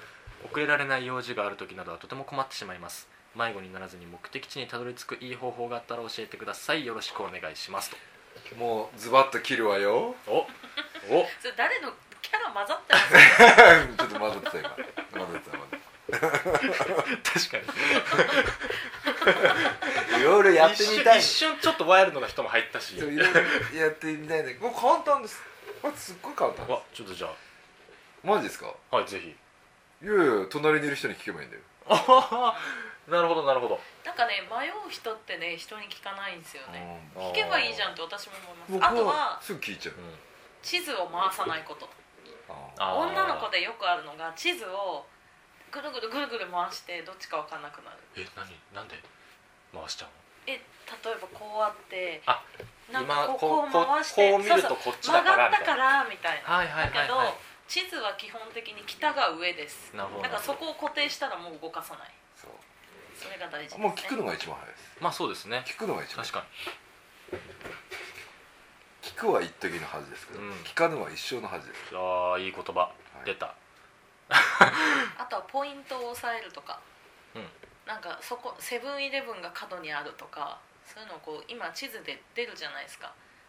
遅れられない用事がある時などはとても困ってしまいます迷子にならずに目的地にたどり着くいい方法があったら教えてくださいよろしくお願いしますともうズバッと切るわ よおおそれ誰のキャラ混ざってます ちょっと混ざってた今混ざってた混ざって確かにたいろいろやってみたい一瞬一瞬ちょっとワイルドな人も入ったしそういろいろやってみたいんだけどもう簡単ですこれすっごい簡単ですわちょっとじゃマジですかあはいぜひいやいや隣にいる人に聞けばいいんだよああなるほどなるほどなんかね迷う人ってね人に聞かないんですよねうん聞けばいいじゃんって私も思い僕ますあとははすぐ聞いちゃう地図を回さないことああー女の子でよくあるのが地図をぐるぐるぐるぐる回してどっちか分かんなくなるえ何なんで回しちゃうのえ例えばこうあってあなん今かこうこう回しこてう見るそうとそうこっちだ曲からがっみたたいなからみたいなはいはいだはいけどはい地図は基本的に北が上ですなるほどだからそこを固定したらもう動かさないそうそれが大事です、ね、もう聞くのが一番早いですまあそうですね聞くのが一番確か聞くは一時の恥ですけど、うん聞かぬは一生の恥です、にああいい言葉はい出たあとはポイントを押さえるとか、うんなんかそこセブンイレブンが角にあるとかそういうのをこう今地図で出るじゃないですか、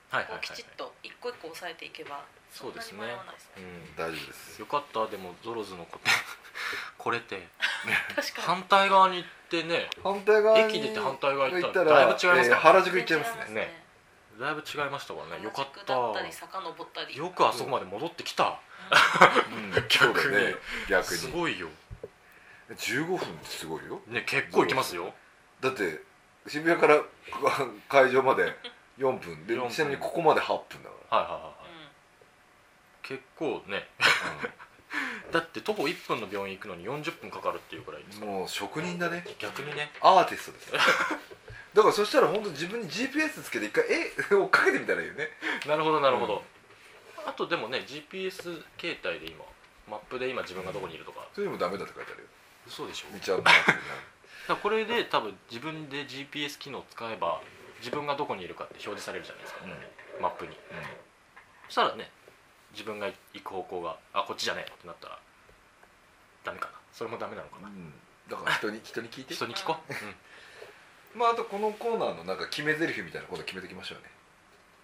はいはいはいこうきちっと一個一個押さえていけばそそうんでなすにね迷わないですねうん大丈夫ですよかったでもゾロズのこと これって確かに反対側に行ってね反対側に駅出て反対側行行っったたららだいぶ違いますえーから原宿行っちゃいますねねだいぶ違いましたからねよかっ原宿だったりた遡ったりよくあそこまで戻ってきたうん逆にそうだね逆すにごいよ15分ってすごいよね結構行きますよだって渋谷から こ会場まで4分で4分ちなみにここまで8分だかはいはいはいはういん結構ねだって徒歩1分の病院行くのに40分かかるっていうくらいですら、かうんもう職人だね逆にねアーティストです だからそしたら本当自分に GPS つけて一回え 追っかけてみたらいいよねなるほどなるほど、あとでもね GPS 携帯で今マップで今自分がどこにいるとかそれでもダメだって書いてあるよ嘘でしょだか道案内アプリになるらこれで多分自分で GPS 機能を使えば自分がどこにいるかって表示されるじゃないですか、マップにそしたらね自分が行く方向があこっちじゃねえってなったらダメかなそれもダメなのかう、なんうん、だから人に人に聞いて人に聞こう、うん、まああとこのコーナーのなんか決め台詞みたいなこと決めてきましょうね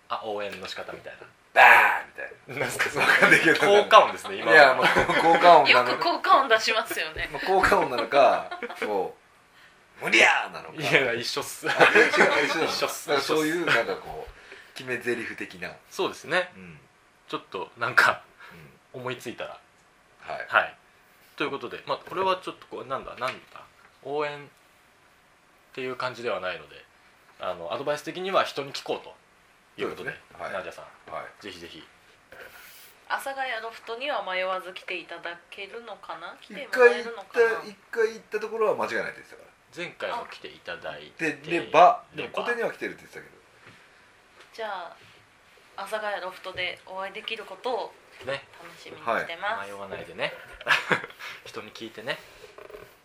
あ応援の仕方みたい なバーンみたいなんすかな分かんないけど効果音ですね今いやまあ効果音よなのくか、効果音出しますよねまあ、効果音なのかこう無理やーなのかいや一緒っ すあれ違う一緒なの一緒っすなんかそういうなんかこう決め台詞的なそうですねうん、うん、ちょっとなんか思いついたらはいはいということで、まあ、これはちょっとこうなんだなんだ応援っていう感じではないのであのアドバイス的には人に聞こうということでそうですねはいナジャさんはいぜひぜひ阿佐ヶ谷ロフトには迷わず来ていただけるのかな来一てもら回行っえるのかなた一回行ったところは間違いないって言ってたか前回も来ていただいてらでレバレでバも固定には来てるって言ってたけどじゃあ阿佐ヶ谷ロフトでお会いできることをね楽しみにしてます、迷わないでね 人に聞いてね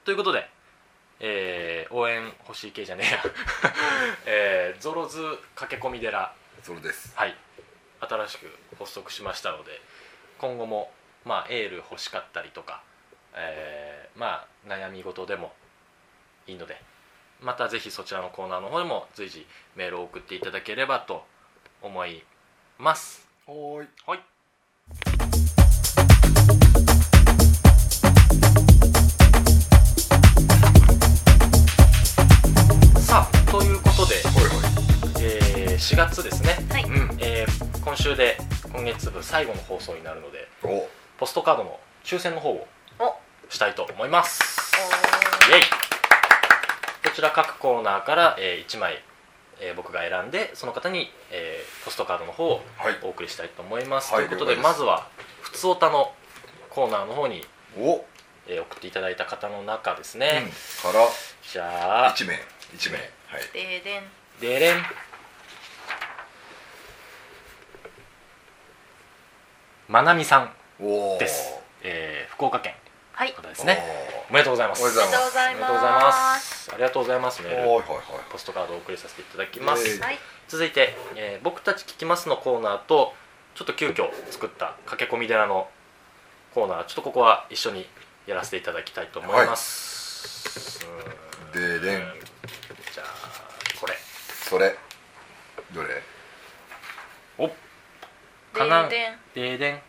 ということで、えー応援欲しい系じゃねえや、 えーゾロズ駆け込み寺それですはい、新しく発足しましたので今後も、まあ、エール欲しかったりとか、えーまあ、悩み事でもいいのでまたぜひそちらのコーナーの方でも随時メールを送っていただければと思います。はーいはいさあということで、ほいほいえー4月ですねはい、うんえーで今月分最後の放送になるのでおおポストカードの抽選の方をおおしたいと思いますイエイこちら各コーナーから、え1枚、えー僕が選んでその方に、えーポストカードの方をはいお送りしたいと思います、はいということで了解でますずは「ふつおた」のコーナーの方に、お、うん、えー送っていただいた方の中ですね、からじゃあ一名一名はいででんデレンまなみさんおおです、えー福岡県はいの方ですねねおめでとうございますおめでとうございますおめでとうございますありがとうございますメはいーはいルはいポストカードをお送りさせていただきます、えーはい続いて、えー僕たち聞きます」のコーナーとちょっと急遽作った駆け込み寺のコーナーちょっとここは一緒にやらせていただきたいと思います、うーんででんじゃあこれそれどれおかなでででんでん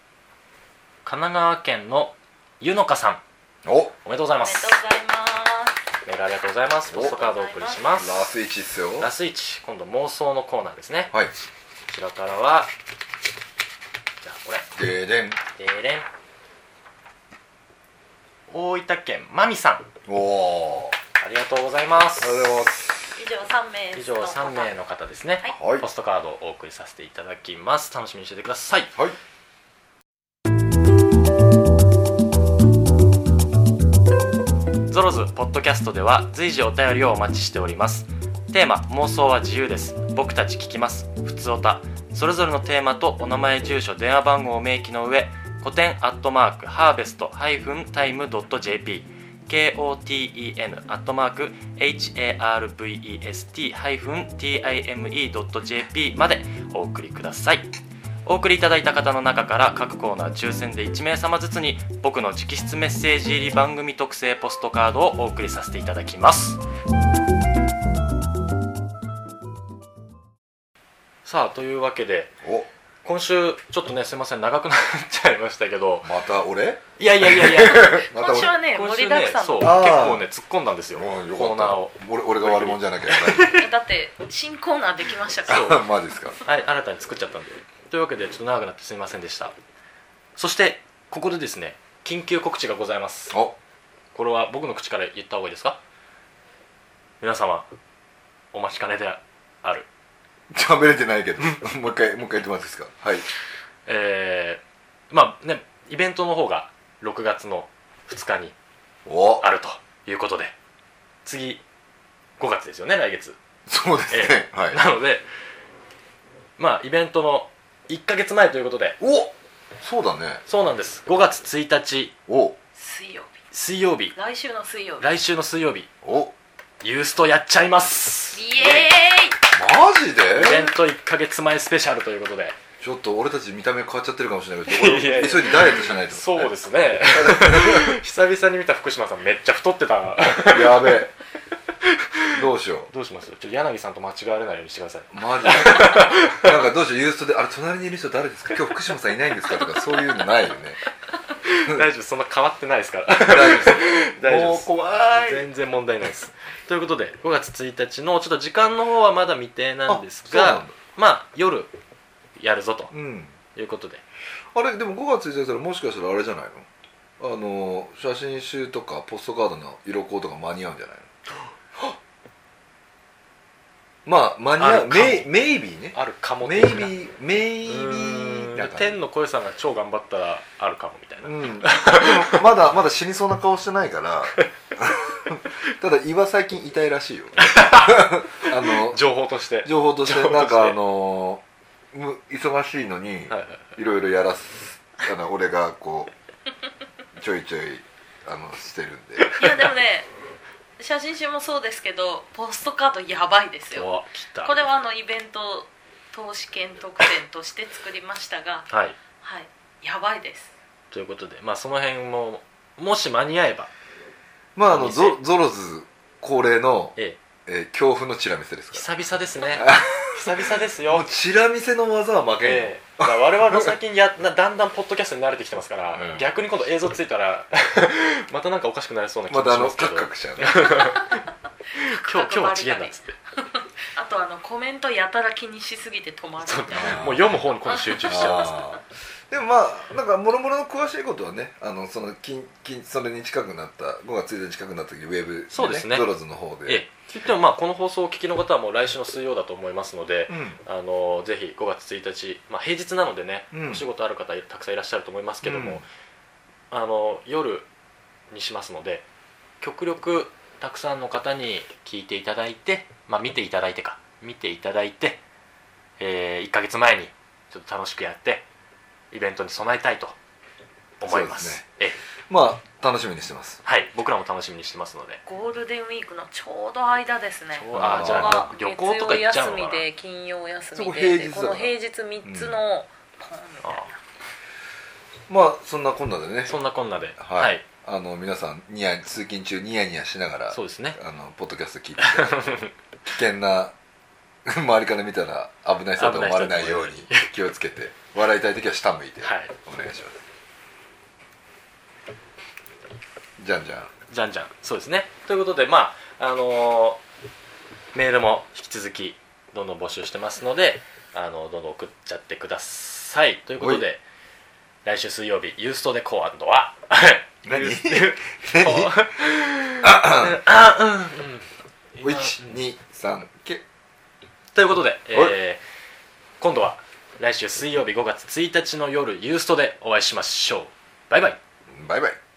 神奈川県のゆのかさんおおめでとうございおまめですとうございますメールありがとうございますポストカードをお送りしまラすスイチっすよラスイチ今度妄想のコーナーですねこはいちらからはじゃあこれででんでれん大分県まみさんおおありがとうございますありがとうございます以上三名以上3名の方ですね、はいポストカードをお送りさせていただきます楽しみにしててくださいはいゾロズポッドキャストでは随時お便りをお待ちしておりますテーマ妄想は自由です僕たち聞きますふつおたそれぞれのテーマとお名前住所電話番号を明記の上古典アットマークハーベストハイフンタイムドット JP KOTEN アットマーク HARVEST ハイフン TIME ドット JP までお送りくださいお送りいただいた方の中から各コーナー抽選で1名様ずつに僕の直筆メッセージ入り番組特製ポストカードをお送りさせていただきますさあというわけでお今週ちょっとねすいません長くなっちゃいましたけどまた俺いやいやいや いやまた今週はね今盛週りだねくさんそう結あー構ね突っ込んだんですよ俺うんよコかーっナーをた俺俺が悪者じゃなきゃいだって新コーナーできましたかけそらない マジですかはい、新たに作っちゃったんで。というわけで、ちょっと長くなってすみませんでした。そして、ここでですね、緊急告知がございます。おこれは僕の口から言った方がいいですか皆様、お待ちかねである。喋れてないけど もう一回もう一回言ってもらっていいですかはいえー、まあね、イベントの方が6月の2日におあるということで、次、5月ですよね、来月。 そうですねえはいなので、まあ、イベントの1ヶ月前ということで、おそうだねそうなんです。5月1日、お水曜日水曜日、来週の水曜日来週の水曜日おユーストやっちゃいますイエマジでイベント1か月前スペシャルということでちょっと俺たち見た目変わっちゃってるかもしれないけどいやいや俺急いでダイエットしないとそうですね 久々に見た福島さんめっちゃ太ってたやべえどうしよどうしますちょっと柳さんと間違われないようにしてくださいうマジでなんかどうしようユーストであれ隣にいる人誰ですか今日福島さんいないんですかとかそういうのないよね大丈夫ですそんな変わってないですから大丈夫で す大丈夫ですもう怖い全然問題ないですということで5月1日のちょっと時間の方はまだ未定なんですあそうながんだまあ夜やるぞとうんいうことであれでも5月1日だったらもしかしたらあれじゃないのあの写真集とかポストカードの色コーとか間に合うんじゃないのまあ間に合あるかうもメイメイビーねあるかもメイビ的なーメイビうーーんなで感じ天の声さんが超頑張ったらあるかもみたいなうん、でもまだまだ死にそうな顔してないから ただ胃は最近痛いらしいよ あの情報として情報とし情報としててなんかあのむ忙しいのにはいはいいろいろやらすあの俺がこうちょいちょいあのしてるんでーイいやでもね写真集もそうですけどポストカードやばいですよお来たこれはあのイベント投資券特典として作りましたがはいはいやばいですということでまあその辺ももし間に合えばまああの店ゾゾロズ恒例の、えええー恐怖のチラ見せですか久々です ね久々ですらもようチラ見せの技は負けんよ、ええだから我々も最近やなだんだんポッドキャストに慣れてきてますから、うん逆に今度映像ついたら またなんかおかしくなりそうな気まもたあしのますけカど、クカクしちゃうね今日今日は違えんだっつってあとあのコメントやたら気にしすぎて止まるみたいなあーもう読む方に今度集中しちゃうあーでもまあなんかもろもろの詳しいことはねあのその近近それに近くなった5月1日近くなった時ウェブで、ね、そうですねドロズの方で、ええ言ってもまあこの放送をお聞きの方はもう来週の水曜だと思いますので、うあのぜひ5月1日、まあ、平日なのでね、うんお仕事ある方たくさんいらっしゃると思いますけどうんも、あの夜にしますので極力たくさんの方に聞いていただいて、まあ、見ていただいてか見ていただいて、え1ヶ月前にちょっと楽しくやってイベントに備えたいと思いますそうええん、まあ楽しみにしてますはい、僕らも楽しみにしてますのでゴールデンウィークのちょうど間ですねちょうここあーじゃあが旅旅行とか行っちゃうのかな月曜休みで金曜休そみこで平で日だこからの平日3つのポンみたいなあまあそんなこんなでねそんなこんなでははいい、あの皆さんニヤ通勤中ニヤニヤしながらそうですねあのポッドキャスト聞いてて危険な 周りから見たら危ない人だと思われないように危な気をつけて笑いたい時は下向いてはいお願いします、じゃんじゃんじゃんじゃんそうですねということでまああのーメールも引き続きどんどん募集してますのであのどんどん送っちゃってくださいということで来週水曜日ユーストでコアンドは何ユーストでコ何アあうんうんうん 123けということで、えー今度は来週水曜日5月1日の夜ユーストでお会いしましょうバイバイバイバイ